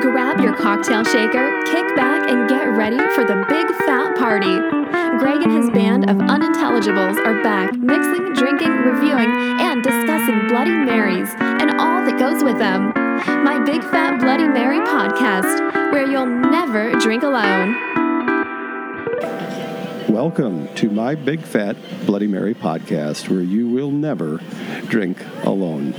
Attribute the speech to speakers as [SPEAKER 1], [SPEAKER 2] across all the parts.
[SPEAKER 1] Grab your cocktail shaker, kick back, and get ready for the big fat party. Greg and his band of unintelligibles are back, mixing, drinking, reviewing, and discussing Bloody Marys and all that goes with them. My Big Fat Bloody Mary podcast, where you'll never drink alone.
[SPEAKER 2] Welcome to my Big Fat Bloody Mary podcast, where you will never drink alone.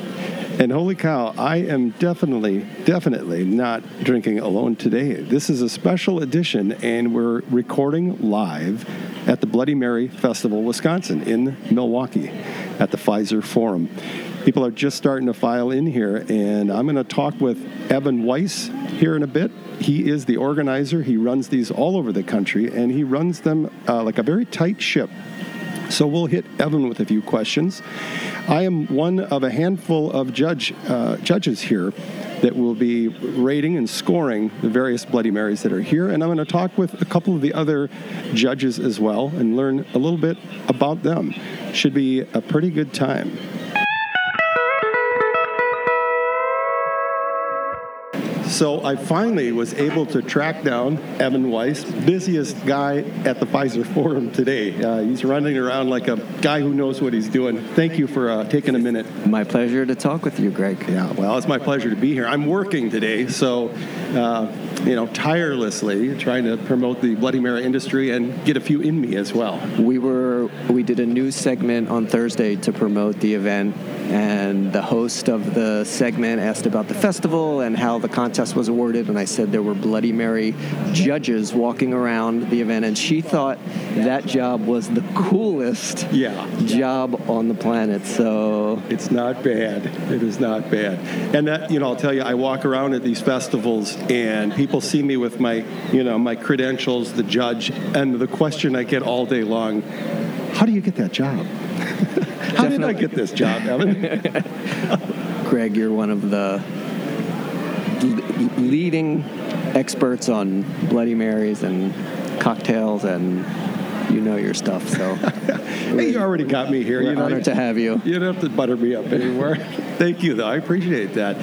[SPEAKER 2] And holy cow, I am definitely, definitely not drinking alone today. This is a special edition, and we're recording live at the Bloody Mary Festival, Wisconsin, in Milwaukee, at the Pfizer Forum. People are just starting to file in here, and I'm going to talk with Evan Weiss here in a bit. He is the organizer. He runs these all over the country, and he runs them uh, like a very tight ship. So we'll hit Evan with a few questions. I am one of a handful of judge uh, judges here that will be rating and scoring the various Bloody Marys that are here, and I'm going to talk with a couple of the other judges as well and learn a little bit about them. Should be a pretty good time. So I finally was able to track down Evan Weiss, busiest guy at the Pfizer Forum today. Uh, he's running around like a guy who knows what he's doing. Thank you for uh, taking a minute.
[SPEAKER 3] My pleasure to talk with you, Greg.
[SPEAKER 2] Yeah, well, it's my pleasure to be here. I'm working today, so uh, you know, tirelessly trying to promote the Bloody Mary industry and get a few in me as well.
[SPEAKER 3] We were we did a news segment on Thursday to promote the event, and the host of the segment asked about the festival and how the contest was awarded, and I said there were Bloody Mary judges walking around the event, and she thought that job was the coolest
[SPEAKER 2] Yeah.
[SPEAKER 3] job on the planet. So
[SPEAKER 2] It's not bad. It is not bad. And that, you know, I'll tell you, I walk around at these festivals and people see me with my, you know, my credentials, the judge, and the question I get all day long, how do you get that job? how did I
[SPEAKER 3] Definitely.
[SPEAKER 2] get this job, Evan?
[SPEAKER 3] Greg, you're one of the l- leading experts on Bloody Marys and cocktails, and you know your stuff. So
[SPEAKER 2] hey, you already got me here.
[SPEAKER 3] we're
[SPEAKER 2] you know,
[SPEAKER 3] honored to have you.
[SPEAKER 2] You don't have to butter me up anymore. Thank you, though. I appreciate that.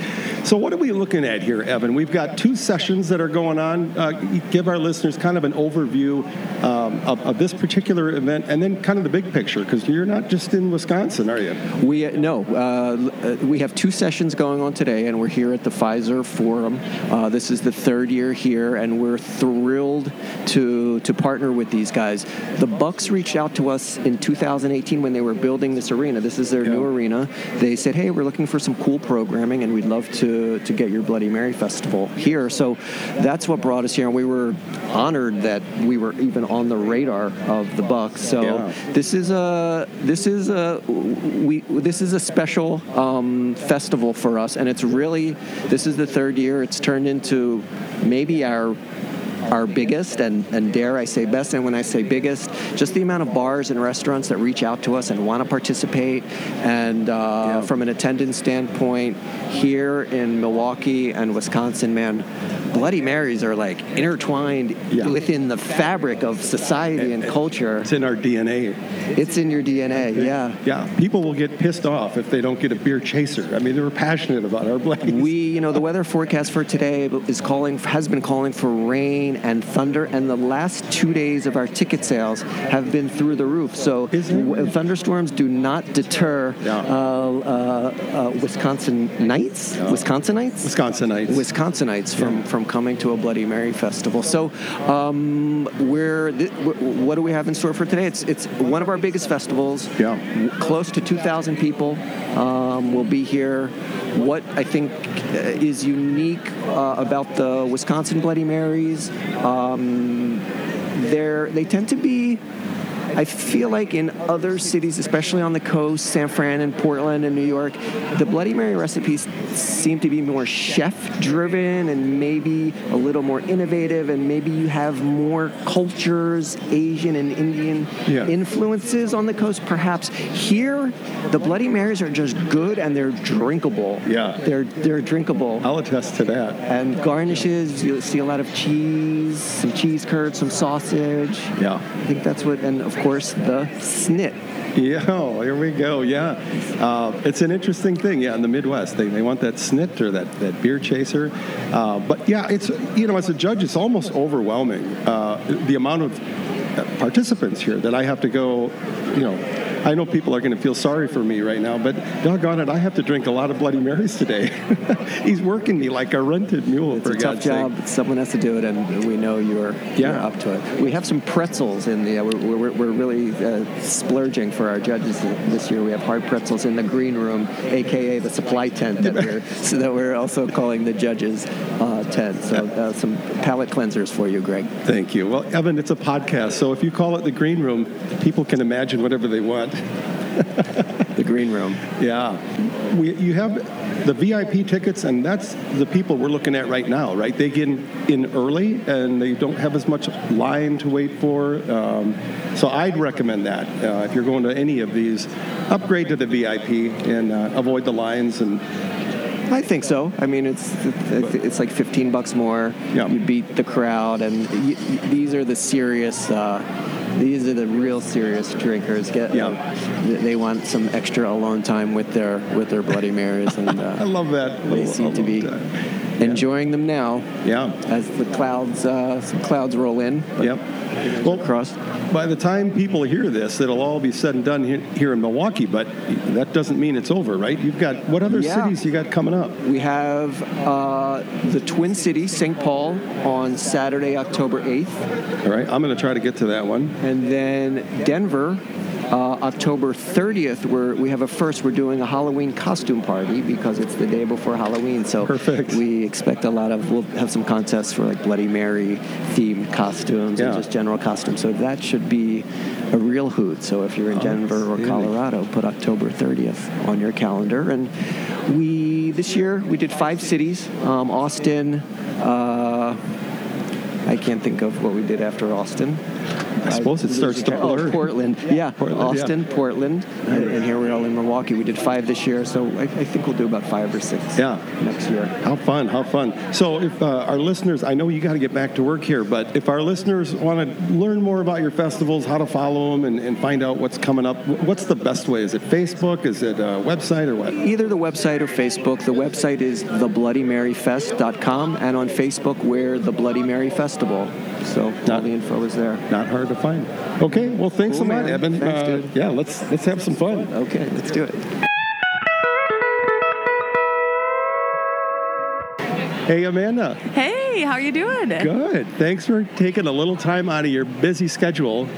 [SPEAKER 2] So, what are we looking at here, Evan? We've got two sessions that are going on. Uh, give our listeners kind of an overview um, of, of this particular event and then kind of the big picture because you're not just in Wisconsin, are you?
[SPEAKER 3] We uh, no, uh, l- uh, we have two sessions going on today, and we're here at the Pfizer Forum. Uh, this is the third year here, and we're thrilled to to partner with these guys. The Bucks reached out to us in 2018 when they were building this arena. This is their new arena. They said, "Hey, we're looking for some cool programming, and we'd love to to get your Bloody Mary festival here." So that's what brought us here, and we were honored that we were even on the radar of the Bucks. So
[SPEAKER 2] Yeah.
[SPEAKER 3] this is a this is a we this is a special um, festival for us, and it's really this is the third year. It's turned into maybe our our biggest and, and dare I say best and when I say biggest just the amount of bars and restaurants that reach out to us and want to participate and uh,
[SPEAKER 2] Yeah.
[SPEAKER 3] from an attendance standpoint here in Milwaukee and Wisconsin man Bloody Marys are like intertwined
[SPEAKER 2] Yeah.
[SPEAKER 3] within the fabric of society and culture
[SPEAKER 2] It's in our DNA.
[SPEAKER 3] it's in your DNA, yeah.
[SPEAKER 2] Yeah. People will get pissed off if they don't get a beer chaser. I mean, they were passionate about our blades.
[SPEAKER 3] We, you know, the weather forecast for today is calling, has been calling for rain and thunder, and the last two days of our ticket sales have been through the roof. So
[SPEAKER 2] Is it?
[SPEAKER 3] w- thunderstorms do not deter
[SPEAKER 2] Yeah.
[SPEAKER 3] uh, uh, uh, Wisconsinites, Wisconsinites,
[SPEAKER 2] Wisconsinites.
[SPEAKER 3] Wisconsinites from, from coming to a Bloody Mary festival. So, um, we're, th- w- what do we have in store for today? It's it's one of our biggest festivals.
[SPEAKER 2] Yeah.
[SPEAKER 3] W- Close to 2,000 people um, will be here. What I think uh, is unique uh, about the Wisconsin Bloody Marys, um, they're, they tend to be I feel like in other cities, especially on the coast, San Fran and Portland and New York, the Bloody Mary recipes seem to be more chef driven and maybe a little more innovative, and maybe you have more cultures, Asian and Indian
[SPEAKER 2] Yeah.
[SPEAKER 3] influences on the coast, perhaps. Here, the Bloody Marys are just good and they're drinkable.
[SPEAKER 2] Yeah.
[SPEAKER 3] They're, they're drinkable
[SPEAKER 2] I'll attest to that.
[SPEAKER 3] and garnishes. You'll see a lot of cheese, some cheese curds, some sausage.
[SPEAKER 2] Yeah.
[SPEAKER 3] I think that's what, and of course, the snit.
[SPEAKER 2] Yeah, oh, here we go. Yeah, uh, it's an interesting thing. Yeah, in the Midwest, they, they want that snit or that, that beer chaser. Uh, but yeah, it's you know, as a judge, it's almost overwhelming uh, the amount of participants here that I have to go. You know, I know people are going to feel sorry for me right now, but doggone it, I have to drink a lot of Bloody Marys today. He's working me like a rented mule.
[SPEAKER 3] It's
[SPEAKER 2] for
[SPEAKER 3] a tough
[SPEAKER 2] God's
[SPEAKER 3] job.
[SPEAKER 2] Sake.
[SPEAKER 3] Someone has to do it, and we know you're, you're
[SPEAKER 2] Yeah.
[SPEAKER 3] up to it. We have some pretzels in the. Uh, we're, we're, we're really uh, splurging for our judges this year. We have hard pretzels in the green room, aka the supply tent that we're so that we're also calling the judges uh, tent. So uh, some palate cleansers for you, Greg.
[SPEAKER 2] Thank you. Well, Evan, it's a podcast, so if you call it the green room, people can imagine whatever they want.
[SPEAKER 3] The green room.
[SPEAKER 2] Yeah, we, you have the VIP tickets, and that's the people we're looking at right now, right? They get in, in early, and they don't have as much line to wait for. Um, so I'd recommend that uh, if you're going to any of these, upgrade to the VIP and uh, avoid the lines. And
[SPEAKER 3] I think so. I mean, it's it's like 15 bucks more.
[SPEAKER 2] Yeah.
[SPEAKER 3] You beat the crowd, and y y- these are the serious. Uh, these are the real serious drinkers. Get
[SPEAKER 2] Yeah.
[SPEAKER 3] they- they want some extra alone time with their with their Bloody Marys, and
[SPEAKER 2] I
[SPEAKER 3] uh,
[SPEAKER 2] love that.
[SPEAKER 3] they
[SPEAKER 2] little-
[SPEAKER 3] seem to be
[SPEAKER 2] uh,
[SPEAKER 3] enjoying them now
[SPEAKER 2] yeah.
[SPEAKER 3] as the clouds uh, some clouds roll in.
[SPEAKER 2] Yep. Well,
[SPEAKER 3] Across.
[SPEAKER 2] By the time people hear this, it'll all be said and done here, here in Milwaukee. But that doesn't mean it's over, right? You've got what other
[SPEAKER 3] Yeah.
[SPEAKER 2] cities you got coming up?
[SPEAKER 3] We have uh, the Twin Cities, St. Paul, on Saturday, October 8th.
[SPEAKER 2] All right, I'm going to try to get to that one.
[SPEAKER 3] And then Denver, uh, October 30th, we're, we have a first. We're doing a Halloween costume party because it's the day before Halloween. So
[SPEAKER 2] Perfect.
[SPEAKER 3] we expect a lot of, we'll have some contests for like Bloody Mary themed costumes
[SPEAKER 2] Yeah.
[SPEAKER 3] and just general costumes. So that should be a real hoot. So if
[SPEAKER 2] Oh,
[SPEAKER 3] you're in Denver or
[SPEAKER 2] Outstanding.
[SPEAKER 3] Colorado, put October 30th on your calendar. And we, this year, we did five cities um, Austin, uh, I can't think of what we did after Austin.
[SPEAKER 2] I suppose it starts to
[SPEAKER 3] Oh,
[SPEAKER 2] blur.
[SPEAKER 3] Portland. Yeah,
[SPEAKER 2] Portland,
[SPEAKER 3] Austin, Portland, and, and here we're all in Milwaukee. We did five this year, so I, I think we'll do about five or six.
[SPEAKER 2] Yeah.
[SPEAKER 3] next year.
[SPEAKER 2] How fun, how fun. So, if uh, our listeners, I know you got to get back to work here, but if our listeners want to learn more about your festivals, how to follow them, and, and find out what's coming up, wh- what's the best way? Is it Facebook? Is it a website or what?
[SPEAKER 3] Either the website or Facebook. The website is thebloodymaryfest.com, and on Facebook we're the Bloody Mary Festival. So all
[SPEAKER 2] Not-
[SPEAKER 3] the info is there.
[SPEAKER 2] Not hard to find. Okay, well, thanks
[SPEAKER 3] Cool,
[SPEAKER 2] a lot,
[SPEAKER 3] man.
[SPEAKER 2] Evan. Uh,
[SPEAKER 3] Thanks, dude.
[SPEAKER 2] Yeah, let's let's have some fun.
[SPEAKER 3] Okay, let's do it.
[SPEAKER 2] Hey, Amanda.
[SPEAKER 4] Hey, how are you doing?
[SPEAKER 2] Good. Thanks for taking a little time out of your busy schedule.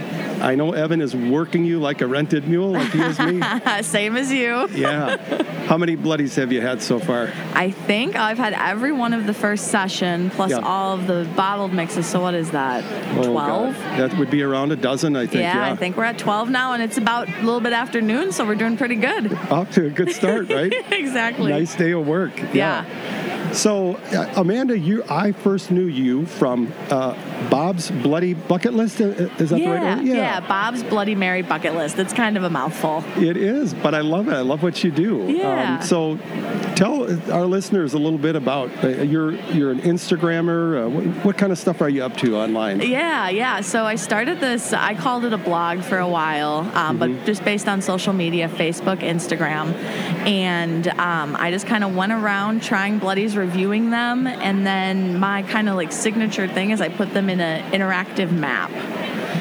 [SPEAKER 2] I know Evan is working you like a rented mule, like he is me.
[SPEAKER 4] Same as you.
[SPEAKER 2] yeah. How many bloodies have you had so far?
[SPEAKER 4] I think I've had every one of the first session plus
[SPEAKER 2] Yeah.
[SPEAKER 4] all of the bottled mixes. So what is that?
[SPEAKER 2] Oh,
[SPEAKER 4] Twelve?
[SPEAKER 2] God. That would be around a dozen, I think.
[SPEAKER 4] yeah,
[SPEAKER 2] Yeah,
[SPEAKER 4] I think we're at twelve now, and it's about a little bit after noon, so we're doing pretty good.
[SPEAKER 2] Off to a good start, right?
[SPEAKER 4] exactly.
[SPEAKER 2] nice day of work.
[SPEAKER 4] Yeah.
[SPEAKER 2] So, uh, Amanda, you I first knew you from uh, Bob's Bloody Bucket List. Uh, Is that the right
[SPEAKER 4] Yeah,
[SPEAKER 2] word?
[SPEAKER 4] yeah, Bob's Bloody Mary bucket list. It's kind of a mouthful.
[SPEAKER 2] It is, but I love it. I love what you do. Um,
[SPEAKER 4] Yeah.
[SPEAKER 2] so, tell uh, our listeners a little bit about uh, you're you're an Instagrammer. Uh, what, what kind of stuff are you up to online?
[SPEAKER 4] Yeah, yeah. So I started this, I called it a blog for a while, um,
[SPEAKER 2] Mm-hmm.
[SPEAKER 4] but just based on social media Facebook, Instagram. And um, I just kind of went around trying bloodies, reviewing them. And then my kind of like signature thing is I put them in an interactive map.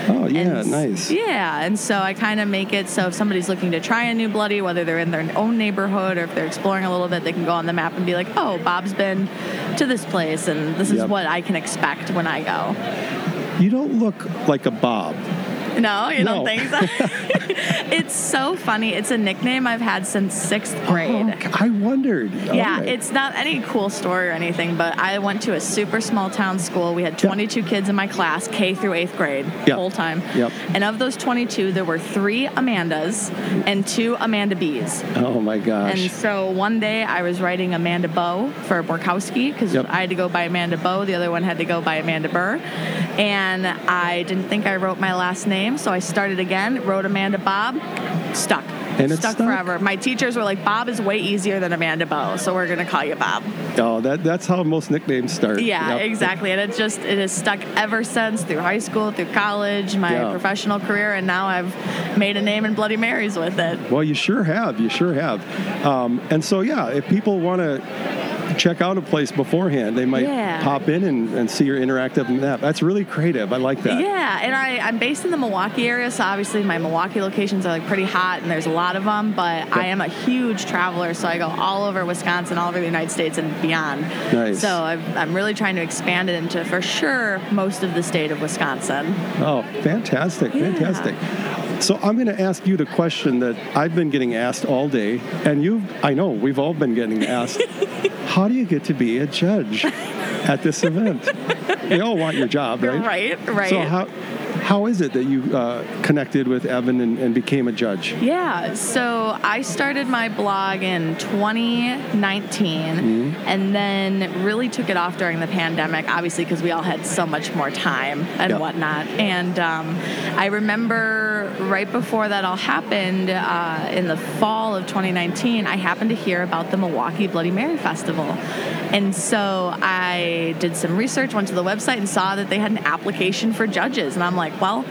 [SPEAKER 2] Oh yeah,
[SPEAKER 4] And-
[SPEAKER 2] nice.
[SPEAKER 4] Yeah, and so I kind of make it so if somebody's looking to try a new bloody, whether they're in their own neighborhood or if they're exploring a little bit, they can go on the map and be like, "Oh, Bob's been to this place, and this is
[SPEAKER 2] Yep.
[SPEAKER 4] what I can expect when I go."
[SPEAKER 2] You don't look like a Bob.
[SPEAKER 4] No, you
[SPEAKER 2] No.
[SPEAKER 4] don't think so. it's so funny. It's a nickname I've had since sixth grade.
[SPEAKER 2] Oh, I wondered.
[SPEAKER 4] Yeah,
[SPEAKER 2] Okay.
[SPEAKER 4] it's not any cool story or anything, but I went to a super small town school. We had 22 kids in my class, K through eighth grade,
[SPEAKER 2] Yep.
[SPEAKER 4] whole time.
[SPEAKER 2] Yep.
[SPEAKER 4] And of those 22, there were three Amandas and two Amanda Bees.
[SPEAKER 2] Oh my gosh.
[SPEAKER 4] And so one day I was writing Amanda Bow for Borkowski because
[SPEAKER 2] Yep.
[SPEAKER 4] I had to go by Amanda Bow. The other one had to go by Amanda Burr. And I didn't think I wrote my last name, so I started again, wrote Amanda Bob, stuck.
[SPEAKER 2] And it
[SPEAKER 4] stuck
[SPEAKER 2] stuck.
[SPEAKER 4] forever. My teachers were like, Bob is way easier than Amanda Bo, so we're gonna call you Bob.
[SPEAKER 2] Oh, that, that's how most nicknames start.
[SPEAKER 4] Yeah,
[SPEAKER 2] Yep.
[SPEAKER 4] exactly. And it just it has stuck ever since through high school, through college, my
[SPEAKER 2] Yeah.
[SPEAKER 4] professional career, and now I've made a name in Bloody Marys with it.
[SPEAKER 2] Well, you sure have. You sure have. Um, and so, yeah, if people want to check out a place beforehand, they might
[SPEAKER 4] Yeah.
[SPEAKER 2] pop in and, and see your interactive map. That's really creative. I like that.
[SPEAKER 4] Yeah, and I, I'm based in the Milwaukee area, so obviously my Milwaukee locations are like pretty hot, and there's a lot of them. But I am a huge traveler, so I go all over Wisconsin, all over the United States, and beyond.
[SPEAKER 2] Nice.
[SPEAKER 4] So I've, I'm really trying to expand it into, for sure, most of the state of Wisconsin.
[SPEAKER 2] Oh, fantastic.
[SPEAKER 4] Yeah.
[SPEAKER 2] Fantastic. So I'm going to ask you the question that I've been getting asked all day, and you, I know, we've all been getting asked. How do you get to be a judge at this event? they all want your job, right?
[SPEAKER 4] Right, right.
[SPEAKER 2] So how how is it that you uh, connected with Evan and, and became a judge?
[SPEAKER 4] Yeah, so I started my blog in 2019 and then really took it off during the pandemic, obviously, because we all had so much more time and
[SPEAKER 2] Yeah.
[SPEAKER 4] whatnot. And um, I remember right before that all happened uh, in the fall of 2019, I happened to hear about the Milwaukee Bloody Mary Festival. And so I did some research, went to the website, and saw that they had an application for judges. And I'm like, well,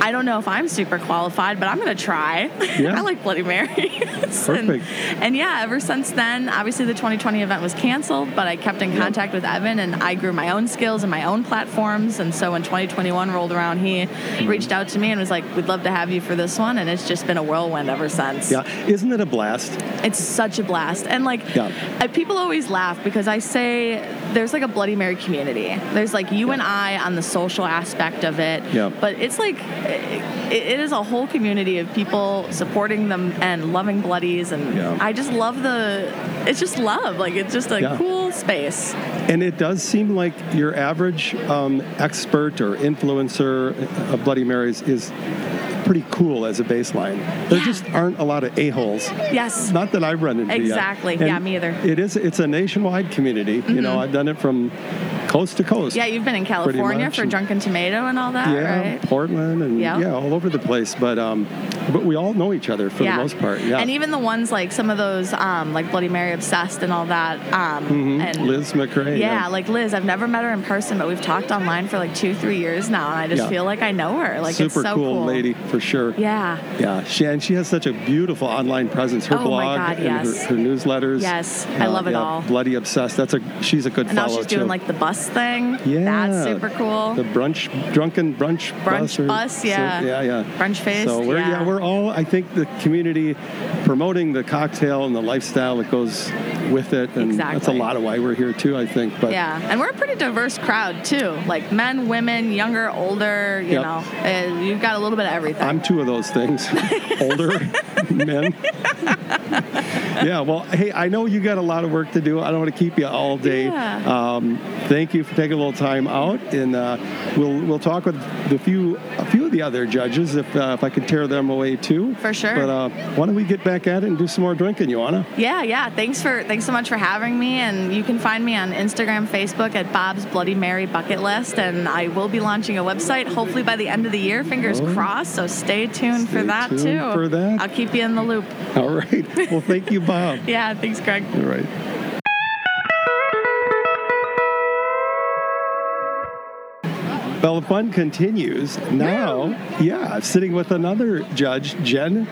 [SPEAKER 4] I don't know if I'm super qualified, but I'm gonna try.
[SPEAKER 2] Yeah.
[SPEAKER 4] I like Bloody Marys.
[SPEAKER 2] Perfect.
[SPEAKER 4] And, and yeah, ever since then, obviously the 2020 event was canceled, but I kept in contact with Evan and I grew my own skills and my own platforms. And so when 2021 rolled around, he
[SPEAKER 2] Mm-hmm.
[SPEAKER 4] reached out to me and was like, "We'd love to have you for this one." And it's just been a whirlwind ever since.
[SPEAKER 2] Yeah, isn't it a blast?
[SPEAKER 4] It's such a blast. And like,
[SPEAKER 2] Yeah.
[SPEAKER 4] I, people always laugh because I say there's like a Bloody Mary community. There's like you and I on the social aspect of it.
[SPEAKER 2] Yeah.
[SPEAKER 4] But it's like, it, it is a whole community of people supporting them and loving Bloodies. And
[SPEAKER 2] Yeah.
[SPEAKER 4] I just love the, it's just love. Like, it's just a
[SPEAKER 2] Yeah.
[SPEAKER 4] cool space.
[SPEAKER 2] And it does seem like your average um, expert or influencer of Bloody Marys is pretty cool as a baseline. There
[SPEAKER 4] Yeah.
[SPEAKER 2] just aren't a lot of a-holes.
[SPEAKER 4] Yes.
[SPEAKER 2] Not that I've run into yet.
[SPEAKER 4] Exactly. Yeah,
[SPEAKER 2] And
[SPEAKER 4] me either. Mm-hmm.
[SPEAKER 2] It is. It's a nationwide community. You know, I've done it from coast to coast.
[SPEAKER 4] yeah, you've been in California
[SPEAKER 2] much.
[SPEAKER 4] for Drunken Tomato and all that,
[SPEAKER 2] Yeah,
[SPEAKER 4] right?
[SPEAKER 2] Portland and
[SPEAKER 4] Yeah.
[SPEAKER 2] yeah, all over the place. But um, but we all know each other for the most part. Yeah.
[SPEAKER 4] And even the ones like some of those um, like Bloody Mary obsessed and all that. Um,
[SPEAKER 2] Mm-hmm.
[SPEAKER 4] and
[SPEAKER 2] Liz McRae.
[SPEAKER 4] Yeah, like Liz, I've never met her in person, but we've talked online for like two, three years now, and I just
[SPEAKER 2] Yeah.
[SPEAKER 4] feel like I know her. Like
[SPEAKER 2] super
[SPEAKER 4] it's so
[SPEAKER 2] cool,
[SPEAKER 4] cool,
[SPEAKER 2] lady for sure.
[SPEAKER 4] Yeah.
[SPEAKER 2] Yeah, she and she has such a beautiful online presence. Her
[SPEAKER 4] Oh my
[SPEAKER 2] blog
[SPEAKER 4] God,
[SPEAKER 2] and
[SPEAKER 4] yes.
[SPEAKER 2] her, her newsletters. Uh,
[SPEAKER 4] Yes, I love it
[SPEAKER 2] yeah,
[SPEAKER 4] all.
[SPEAKER 2] Bloody obsessed. That's a she's a good
[SPEAKER 4] And now
[SPEAKER 2] follow
[SPEAKER 4] she's
[SPEAKER 2] too.
[SPEAKER 4] doing like the bus thing.
[SPEAKER 2] yeah,
[SPEAKER 4] That's super cool.
[SPEAKER 2] The brunch, drunken brunch,
[SPEAKER 4] Brunch
[SPEAKER 2] bus, or-
[SPEAKER 4] bus, yeah.
[SPEAKER 2] so- yeah, yeah,
[SPEAKER 4] Brunch fest,
[SPEAKER 2] So we're
[SPEAKER 4] yeah.
[SPEAKER 2] we're all I think the community promoting the cocktail and the lifestyle that goes with it, and that's a
[SPEAKER 4] Exactly.
[SPEAKER 2] lot of why we're here too. I think, but
[SPEAKER 4] yeah, and we're a pretty diverse crowd too. Like men, women, younger, older. You
[SPEAKER 2] Yep.
[SPEAKER 4] know, uh, you've got a little bit of everything.
[SPEAKER 2] I'm two of those things. Older men. yeah, well, hey, I know you got a lot of work to do. I don't want to keep you all day.
[SPEAKER 4] Yeah.
[SPEAKER 2] Um, thank you for taking a little time out, and uh, we'll we'll talk with the few a few of the other judges if uh, if I can tear them away too.
[SPEAKER 4] For sure.
[SPEAKER 2] But uh, why don't we get back at it and do some more drinking, Joanna?
[SPEAKER 4] yeah, yeah. Thanks for thanks so much for having me. And you can find me on Instagram, Facebook at Bob's Bloody Mary Bucket List. And I will be launching a website hopefully by the end of the year. Fingers
[SPEAKER 2] Oh.
[SPEAKER 4] crossed. So stay tuned for
[SPEAKER 2] Stay
[SPEAKER 4] that
[SPEAKER 2] tuned
[SPEAKER 4] too.
[SPEAKER 2] for that.
[SPEAKER 4] I'll keep you in the loop.
[SPEAKER 2] All right. Well, thank you, Bob.
[SPEAKER 4] Yeah. Thanks, Greg.
[SPEAKER 2] All right. Well, the fun continues now. Yeah, I'm sitting with another judge, Jen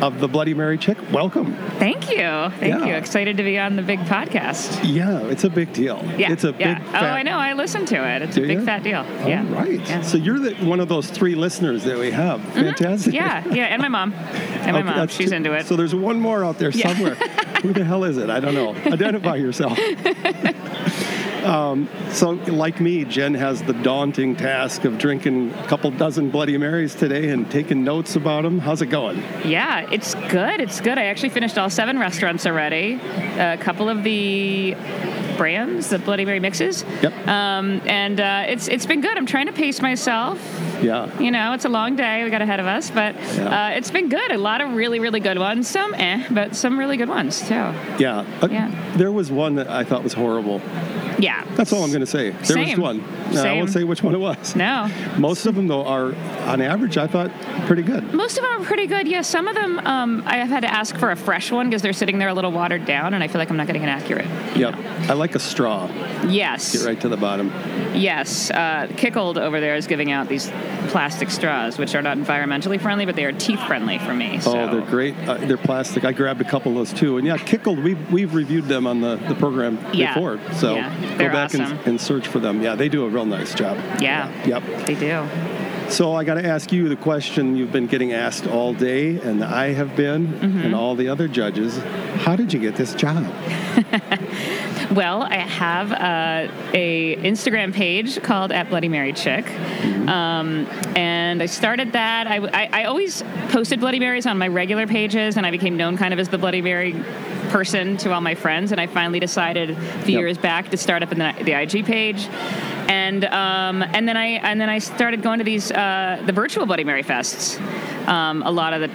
[SPEAKER 2] of the Bloody Mary Chick. Welcome.
[SPEAKER 5] Thank you. Thank
[SPEAKER 2] Yeah.
[SPEAKER 5] you. Excited to be on the big podcast.
[SPEAKER 2] Yeah, it's a big deal.
[SPEAKER 5] Yeah.
[SPEAKER 2] it's a
[SPEAKER 5] yeah.
[SPEAKER 2] big.
[SPEAKER 5] Oh,
[SPEAKER 2] fat-
[SPEAKER 5] I know. I listened to it. It's
[SPEAKER 2] Do
[SPEAKER 5] a big
[SPEAKER 2] ya?
[SPEAKER 5] fat deal.
[SPEAKER 2] All
[SPEAKER 5] yeah.
[SPEAKER 2] right.
[SPEAKER 5] Yeah. Mm-hmm.
[SPEAKER 2] So you're the, one of those three listeners that we have. Fantastic.
[SPEAKER 5] yeah. Yeah. And my mom. And my
[SPEAKER 2] Okay,
[SPEAKER 5] mom.
[SPEAKER 2] that's
[SPEAKER 5] She's
[SPEAKER 2] two-
[SPEAKER 5] into it.
[SPEAKER 2] So there's one more out there
[SPEAKER 5] Yeah.
[SPEAKER 2] somewhere. Who the hell is it? I don't know. Identify yourself. um, so, like me, Jen has the daunting task of drinking a couple dozen Bloody Marys today and taking notes about them. How's it going?
[SPEAKER 5] yeah. It's good. It's good. I actually finished all seven restaurants already. A couple of the brands, the Bloody Mary mixes.
[SPEAKER 2] Yep.
[SPEAKER 5] Um, and uh, it's it's been good. I'm trying to pace myself.
[SPEAKER 2] Yeah.
[SPEAKER 5] You know, it's a long day we got ahead of us, but
[SPEAKER 2] Yeah.
[SPEAKER 5] uh, it's been good. A lot of really, really good ones. Some eh, but some really good ones too.
[SPEAKER 2] Yeah. Uh,
[SPEAKER 5] Yeah.
[SPEAKER 2] There was one that I thought was horrible.
[SPEAKER 5] Yeah.
[SPEAKER 2] That's all I'm going to say. There was
[SPEAKER 5] Same.
[SPEAKER 2] one. Now, I won't
[SPEAKER 5] Same.
[SPEAKER 2] say which one it was.
[SPEAKER 5] No.
[SPEAKER 2] Most of them, though, are, on average, I thought, pretty good.
[SPEAKER 5] Most of them are pretty good. Yeah, some of them um, I have had to ask for a fresh one because they're sitting there a little watered down, and I feel like I'm not getting an accurate.
[SPEAKER 2] Yep. I like a straw.
[SPEAKER 5] Yes.
[SPEAKER 2] Get right to the bottom.
[SPEAKER 5] Yes. Uh, Kickled over there is giving out these plastic straws, which are not environmentally friendly, but they are teeth friendly for me. So.
[SPEAKER 2] Oh, they're great. Uh, they're plastic. I grabbed a couple of those too. And yeah, Kickled, we've, we've reviewed them on the, the program
[SPEAKER 5] Yeah.
[SPEAKER 2] before. So
[SPEAKER 5] Yeah.
[SPEAKER 2] go
[SPEAKER 5] They're
[SPEAKER 2] back
[SPEAKER 5] awesome.
[SPEAKER 2] and, and search for them. Yeah, they do a real nice job.
[SPEAKER 5] Yeah.
[SPEAKER 2] Yep.
[SPEAKER 5] They do.
[SPEAKER 2] So I got to ask you the question you've been getting asked all day, and I have been,
[SPEAKER 5] Mm-hmm.
[SPEAKER 2] and all the other judges. How did you get this job?
[SPEAKER 5] Well, I have uh, a Instagram page called at Bloody Mary Chick, um, and I started that. I, I, I always posted Bloody Marys on my regular pages, and I became known kind of as the Bloody Mary person to all my friends. And I finally decided a few
[SPEAKER 2] Yep.
[SPEAKER 5] years back to start up in the, the IG page. And um, and then I and then I started going to these uh, the virtual Bloody Mary fests, um, a lot of the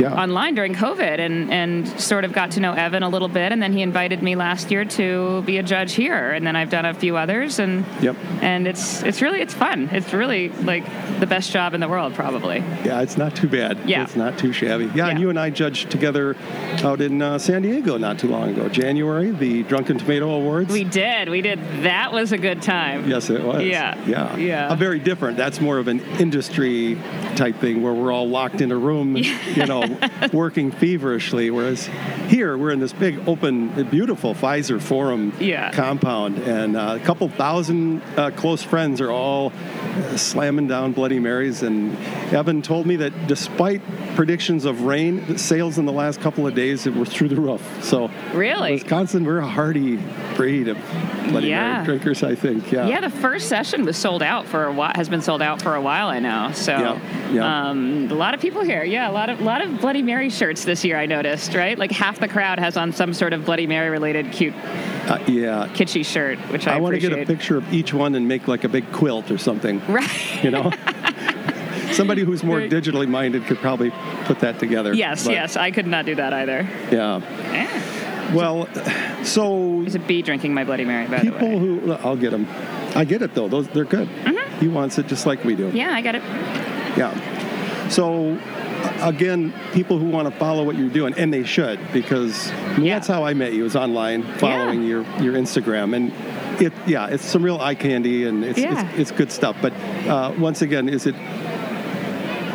[SPEAKER 2] Yeah.
[SPEAKER 5] online during COVID and, and sort of got to know Evan a little bit. And then he invited me last year to be a judge here. And then I've done a few others. And
[SPEAKER 2] Yep.
[SPEAKER 5] and it's it's really it's fun. It's really like the best job in the world, probably.
[SPEAKER 2] Yeah, it's not too bad.
[SPEAKER 5] Yeah.
[SPEAKER 2] It's not too shabby. Yeah, and
[SPEAKER 5] Yeah.
[SPEAKER 2] you and I judged together out in uh, San Diego not too long ago, January, the Drunken Tomato Awards.
[SPEAKER 5] We did. We did. That was a good time.
[SPEAKER 2] Yes, it was.
[SPEAKER 5] Yeah.
[SPEAKER 2] Yeah.
[SPEAKER 5] Yeah.
[SPEAKER 2] Uh, very different. That's more of an industry type thing where we're all locked in a room, you know, working feverishly. Whereas here, we're in this big, open, beautiful Pfizer Forum
[SPEAKER 5] Yeah.
[SPEAKER 2] compound, and uh, a couple thousand uh, close friends are all uh, slamming down Bloody Marys. And Evan told me that despite predictions of rain, the sales in the last couple of days were through the roof. So,
[SPEAKER 5] Really?
[SPEAKER 2] Wisconsin, we're a hardy breed of Bloody
[SPEAKER 5] Yeah.
[SPEAKER 2] Mary drinkers, I think.
[SPEAKER 5] Yeah, the first session was sold out for a while. Has been sold out for a while. I know. So,
[SPEAKER 2] Yeah, yeah.
[SPEAKER 5] Um, a lot of people here. Yeah, a lot of lot of Bloody Mary shirts this year. I noticed. Right, like half the crowd has on some sort of Bloody Mary related cute
[SPEAKER 2] Uh, yeah.
[SPEAKER 5] kitschy shirt, which I,
[SPEAKER 2] I want to
[SPEAKER 5] appreciate.
[SPEAKER 2] get a picture of each one and make like a big quilt or something.
[SPEAKER 5] Right.
[SPEAKER 2] You know? Somebody who's more
[SPEAKER 5] Right.
[SPEAKER 2] digitally minded could probably put that together.
[SPEAKER 5] Yes,
[SPEAKER 2] but,
[SPEAKER 5] yes. I could not do that either.
[SPEAKER 2] Yeah.
[SPEAKER 5] Eh.
[SPEAKER 2] Well, so
[SPEAKER 5] There's a bee drinking my Bloody Mary, by the
[SPEAKER 2] people
[SPEAKER 5] way.
[SPEAKER 2] who I'll get them. I get it though. Those they're good.
[SPEAKER 5] Mm-hmm.
[SPEAKER 2] He wants it just like we do.
[SPEAKER 5] Yeah, I got it.
[SPEAKER 2] Yeah. So a- again, people who want to follow what you're doing, and they should, because I mean,
[SPEAKER 5] Yeah.
[SPEAKER 2] that's how I met you. Was online following your your Instagram, and it yeah, it's some real eye candy, and it's
[SPEAKER 5] Yeah.
[SPEAKER 2] it's, it's good stuff. But uh, once again, is it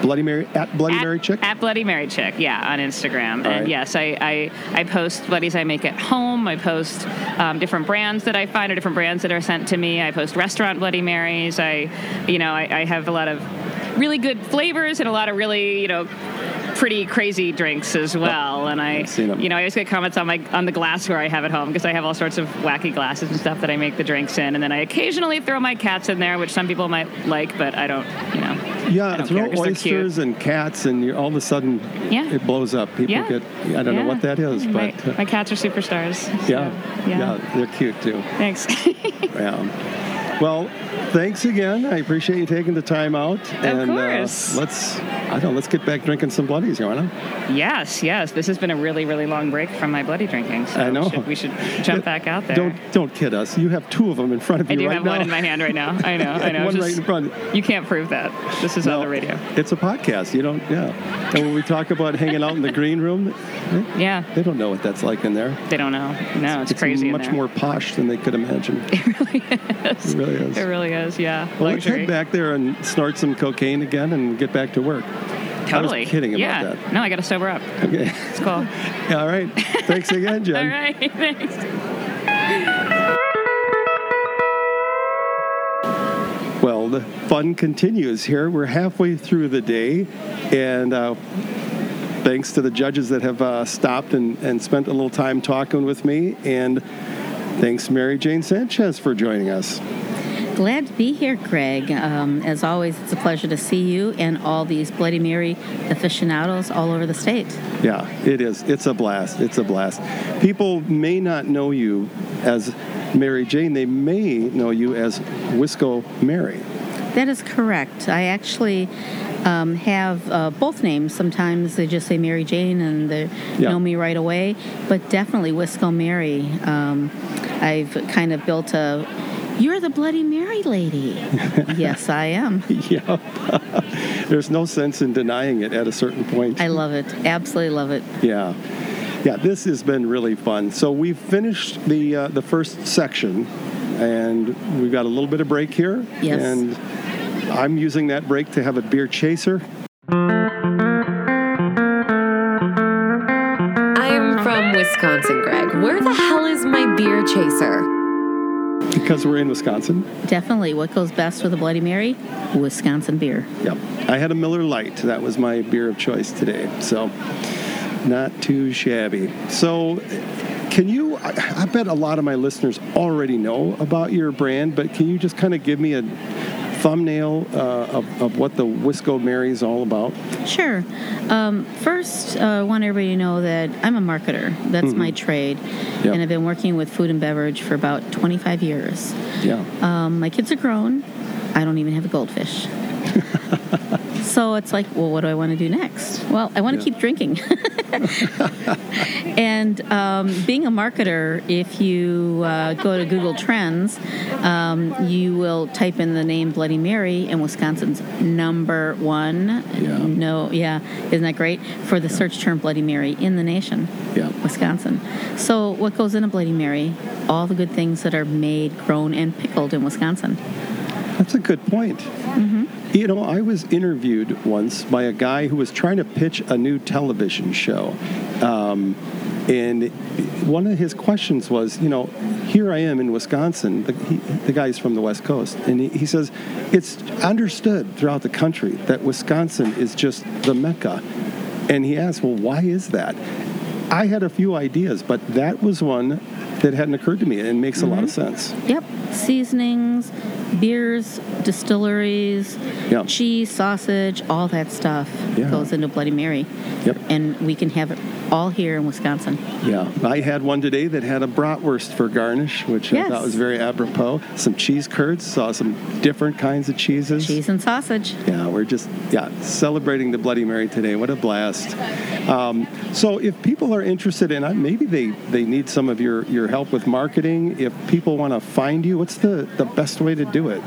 [SPEAKER 2] Bloody Mary at Bloody
[SPEAKER 5] at,
[SPEAKER 2] Mary Chick?
[SPEAKER 5] At Bloody Mary Chick, yeah, on Instagram. and
[SPEAKER 2] right.
[SPEAKER 5] yes, I, I, I post bloodies I make at home. I post um, different brands that I find or different brands that are sent to me. I post restaurant Bloody Marys. I, you know, I, I have a lot of really good flavors and a lot of really, you know, pretty crazy drinks as well. And I,
[SPEAKER 2] I've seen 'em.
[SPEAKER 5] you know, I always get comments on my on the glassware I have at home because I have all sorts of wacky glasses and stuff that I make the drinks in. And then I occasionally throw my cats in there, which some people might like, but I don't, you know. I
[SPEAKER 2] yeah,
[SPEAKER 5] don't
[SPEAKER 2] throw
[SPEAKER 5] care 'cause they're cute.
[SPEAKER 2] oysters and cats, and you're, all of a sudden
[SPEAKER 5] Yeah.
[SPEAKER 2] it blows up. People
[SPEAKER 5] Yeah.
[SPEAKER 2] get I don't know
[SPEAKER 5] Yeah.
[SPEAKER 2] what that is,
[SPEAKER 5] My-
[SPEAKER 2] but
[SPEAKER 5] my,
[SPEAKER 2] uh,
[SPEAKER 5] cats are superstars. so,
[SPEAKER 2] yeah,
[SPEAKER 5] yeah.
[SPEAKER 2] yeah, they're cute too.
[SPEAKER 5] Thanks.
[SPEAKER 2] Yeah. Um, Well, thanks again. I appreciate you taking the time out. Of and,
[SPEAKER 5] course.
[SPEAKER 2] Uh, let's, I don't know, let's get back drinking some bloodies, you want to?
[SPEAKER 5] yes, yes. This has been a really, really long break from my bloody drinking. So
[SPEAKER 2] I know.
[SPEAKER 5] We should, we should jump back out there.
[SPEAKER 2] Don't, don't kid us. You have two of them in front of
[SPEAKER 5] I
[SPEAKER 2] you
[SPEAKER 5] do
[SPEAKER 2] right
[SPEAKER 5] have
[SPEAKER 2] now.
[SPEAKER 5] one in my hand right now. I know. I know.
[SPEAKER 2] One
[SPEAKER 5] Just-
[SPEAKER 2] right in front.
[SPEAKER 5] You can't prove that. This is on the radio.
[SPEAKER 2] It's a podcast. You don't, yeah. And when we talk about hanging out in the green room, they-
[SPEAKER 5] Yeah.
[SPEAKER 2] they don't know what that's like in there.
[SPEAKER 5] They don't know. No, it's, crazy. in
[SPEAKER 2] much
[SPEAKER 5] there.
[SPEAKER 2] more posh than they could imagine. It really is. It really is.
[SPEAKER 5] It really is. Yeah.
[SPEAKER 2] well, let's
[SPEAKER 5] Luxury.
[SPEAKER 2] head back there and snort some cocaine again and get back to work.
[SPEAKER 5] Totally.
[SPEAKER 2] I was kidding about
[SPEAKER 5] yeah.
[SPEAKER 2] that.
[SPEAKER 5] No, I got to sober up.
[SPEAKER 2] Okay.
[SPEAKER 5] It's cool. All
[SPEAKER 2] All right. Thanks again, Jen.
[SPEAKER 5] right. Thanks.
[SPEAKER 2] Well, the fun continues here. We're halfway through the day, and uh, thanks to the judges that have uh, stopped and, and spent a little time talking with me. And thanks, Mary Jane Sanchez, for joining us.
[SPEAKER 6] Glad to be here, Greg. Um, as always, it's a pleasure to see you and all these Bloody Mary aficionados all over the state.
[SPEAKER 2] Yeah, it is. It's a blast. It's a blast. People may not know you as Mary Jane, they may know you as Wisco Mary.
[SPEAKER 6] That is correct. I actually um, have uh, both names. Sometimes they just say Mary Jane and they
[SPEAKER 2] Yeah.
[SPEAKER 6] know me right away, but definitely Wisco Mary. Um, I've kind of built a. You're the Bloody Mary lady. yes, I am.
[SPEAKER 2] Yep. There's no sense in denying it at a certain point.
[SPEAKER 6] I love it. Absolutely love it.
[SPEAKER 2] Yeah. Yeah, this has been really fun. So we've finished the uh, the first section, and we've got a little bit of break here.
[SPEAKER 6] Yes.
[SPEAKER 2] And I'm using that break to have a beer chaser.
[SPEAKER 7] I'm from Wisconsin, Greg. Where the hell is my beer chaser?
[SPEAKER 2] Because we're in Wisconsin.
[SPEAKER 6] Definitely. What goes best with a Bloody Mary? Wisconsin beer.
[SPEAKER 2] Yep. I had a Miller Lite. That was my beer of choice today. So, not too shabby. So, can you? I I bet a lot of my listeners already know about your brand, but can you just kind of give me a thumbnail uh, of, of what the Wisco Mary is all about?
[SPEAKER 6] Sure. Um, first, uh, I want everybody to know that I'm a marketer. That's my trade.
[SPEAKER 2] Yep.
[SPEAKER 6] And I've been working with food and beverage for about 25 years.
[SPEAKER 2] Yeah.
[SPEAKER 6] Um, my kids are grown. I don't even have a goldfish. so it's like, well, what do I want to do next? Well, I want
[SPEAKER 2] Yeah.
[SPEAKER 6] to keep drinking. and um, being a marketer, if you uh, go to Google Trends, um, you will type in the name Bloody Mary, and Wisconsin's number one.
[SPEAKER 2] Yeah.
[SPEAKER 6] No, yeah, isn't that great for the search term Bloody Mary in the nation?
[SPEAKER 2] Yeah.
[SPEAKER 6] Wisconsin. So, what goes in a Bloody Mary? All the good things that are made, grown, and pickled in Wisconsin.
[SPEAKER 2] That's a good point. You know, I was interviewed once by a guy who was trying to pitch a new television show. Um, and one of his questions was, you know, here I am in Wisconsin. The, he, the guy's from the West Coast. And he, he says, it's understood throughout the country that Wisconsin is just the Mecca. And he asked, well, why is that? I had a few ideas, but that was one that hadn't occurred to me and makes a lot of sense.
[SPEAKER 6] Yep, seasonings, beers, distilleries,
[SPEAKER 2] Yeah.
[SPEAKER 6] cheese, sausage, all that stuff
[SPEAKER 2] Yeah.
[SPEAKER 6] goes into Bloody Mary.
[SPEAKER 2] Yep.
[SPEAKER 6] And we can have it all here in Wisconsin.
[SPEAKER 2] Yeah, I had one today that had a bratwurst for garnish, which I
[SPEAKER 6] Yes.
[SPEAKER 2] thought was very apropos. Some cheese curds, saw some different kinds of cheeses.
[SPEAKER 6] Cheese and sausage.
[SPEAKER 2] Yeah, we're just yeah celebrating the Bloody Mary today. What a blast! Um, so, if people are interested in, uh, maybe they they need some of your your help with marketing. If people want to find you, what's the the best way to do it?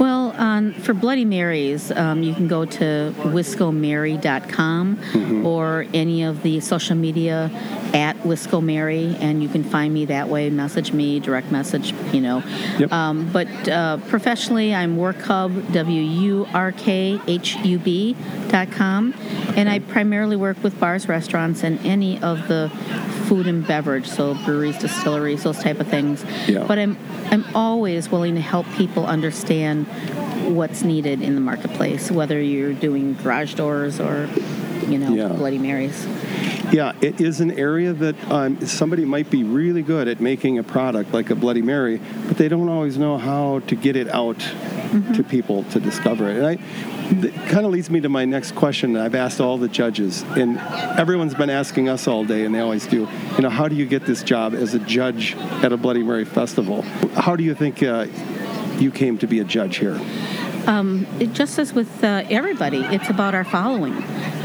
[SPEAKER 6] Well, on, for Bloody Marys, um, you can go to wiscomary.com or any of the social media at Wisco Mary, and you can find me that way. Message me, direct message, you know.
[SPEAKER 2] Yep.
[SPEAKER 6] Um, but uh, professionally, I'm Work Hub, W U R K H U B dot com, and I primarily work with bars, restaurants, and any of the food and beverage, so breweries, distilleries, those type of things.
[SPEAKER 2] Yeah.
[SPEAKER 6] But I'm I'm always willing to help people understand what's needed in the marketplace, whether you're doing garage doors or you know
[SPEAKER 2] Yeah.
[SPEAKER 6] Bloody Marys.
[SPEAKER 2] Yeah, it is an area that um, somebody might be really good at making a product like a Bloody Mary, but they don't always know how to get it out to people to discover it. And I, that kind of leads me to my next question that I've asked all the judges, and everyone's been asking us all day, and they always do. You know, how do you get this job as a judge at a Bloody Mary festival? How do you think uh, you came to be a judge here?
[SPEAKER 6] it just as with uh, everybody, it's about our following.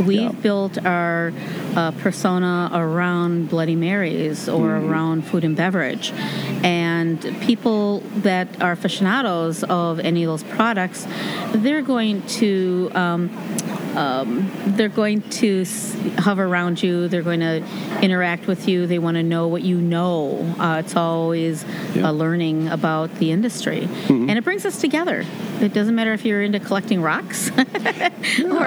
[SPEAKER 6] We've
[SPEAKER 2] Yeah.
[SPEAKER 6] built our uh, persona around Bloody Marys or
[SPEAKER 2] Mm-hmm.
[SPEAKER 6] around food and beverage. And people that are aficionados of any of those products, they're going to. Um, um, they're going to s- hover around you. They're going to interact with you. They want to know what you know. Uh, it's always
[SPEAKER 2] Yeah. Mm-hmm.
[SPEAKER 6] a learning about the industry, and it brings us together. It doesn't matter if you're into collecting rocks or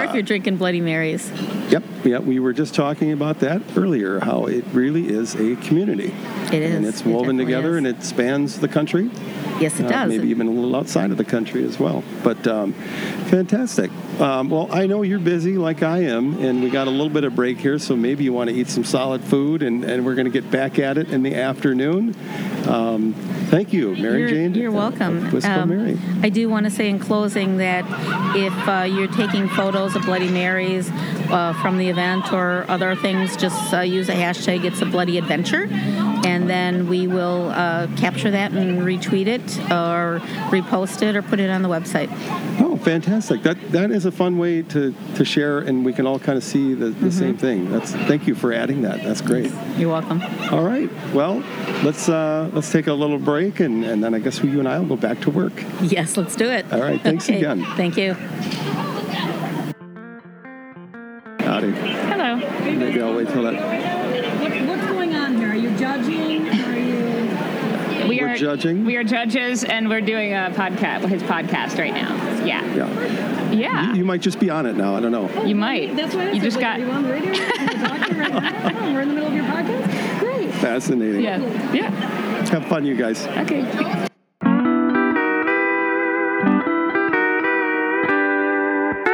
[SPEAKER 6] if you're drinking Bloody Marys.
[SPEAKER 2] Yep, yeah, we were just talking about that earlier, how it really is a community.
[SPEAKER 6] It
[SPEAKER 2] And
[SPEAKER 6] is.
[SPEAKER 2] it's
[SPEAKER 6] It
[SPEAKER 2] woven
[SPEAKER 6] definitely
[SPEAKER 2] together
[SPEAKER 6] is.
[SPEAKER 2] and it spans the country,
[SPEAKER 6] Yes, it
[SPEAKER 2] uh,
[SPEAKER 6] does.
[SPEAKER 2] maybe even a little outside of the country as well. But um, fantastic. Um, well, I know you're busy like I am, and we got a little bit of break here, so maybe you want to eat some solid food, and, and we're going to get back at it in the afternoon. Um, thank you, Mary
[SPEAKER 6] you're,
[SPEAKER 2] Jane.
[SPEAKER 6] You're
[SPEAKER 2] uh,
[SPEAKER 6] welcome.
[SPEAKER 2] Wisco
[SPEAKER 6] Um,
[SPEAKER 2] Mary.
[SPEAKER 6] I do want to say in closing that if uh, you're taking photos of Bloody Marys uh, from the event or other things, just uh, use a hashtag. It's a bloody adventure. and then we will uh, capture that and retweet it or repost it or put it on the website.
[SPEAKER 2] Oh, fantastic! That that is a fun way to, to share, and we can all kind of see the, the
[SPEAKER 6] Mm-hmm.
[SPEAKER 2] same thing. That's thank you for adding that. That's great.
[SPEAKER 6] You're welcome.
[SPEAKER 2] All right. Well, let's uh, let's take a little break, and, and then I guess you and I will go back to work.
[SPEAKER 6] Yes, let's do it.
[SPEAKER 2] All right, thanks
[SPEAKER 6] Okay,
[SPEAKER 2] again.
[SPEAKER 6] Thank you.
[SPEAKER 2] Howdy.
[SPEAKER 5] Hello.
[SPEAKER 2] Maybe I'll wait till that.
[SPEAKER 8] What's going on here? Are you judging? Are you?
[SPEAKER 5] We
[SPEAKER 2] We're
[SPEAKER 5] are
[SPEAKER 2] judging?
[SPEAKER 5] We are judges, and we're doing a podcast, his podcast right now. Yeah.
[SPEAKER 2] Yeah.
[SPEAKER 5] Yeah.
[SPEAKER 2] You might just be on it now. I don't know.
[SPEAKER 5] You might.
[SPEAKER 8] That's why I
[SPEAKER 5] You
[SPEAKER 8] said,
[SPEAKER 5] just
[SPEAKER 8] wait,
[SPEAKER 5] got.
[SPEAKER 8] Are you on the radio? Are you talking right now? Oh, we're in the middle of your podcast. Great.
[SPEAKER 2] Fascinating.
[SPEAKER 5] Yeah. Yeah.
[SPEAKER 2] Have fun, you guys.
[SPEAKER 5] Okay.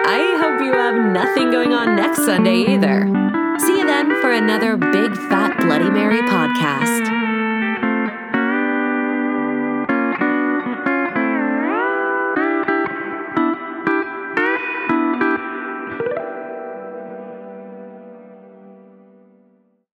[SPEAKER 7] I hope you have nothing going on next Sunday either. See you then for another Big Fat Bloody Mary podcast.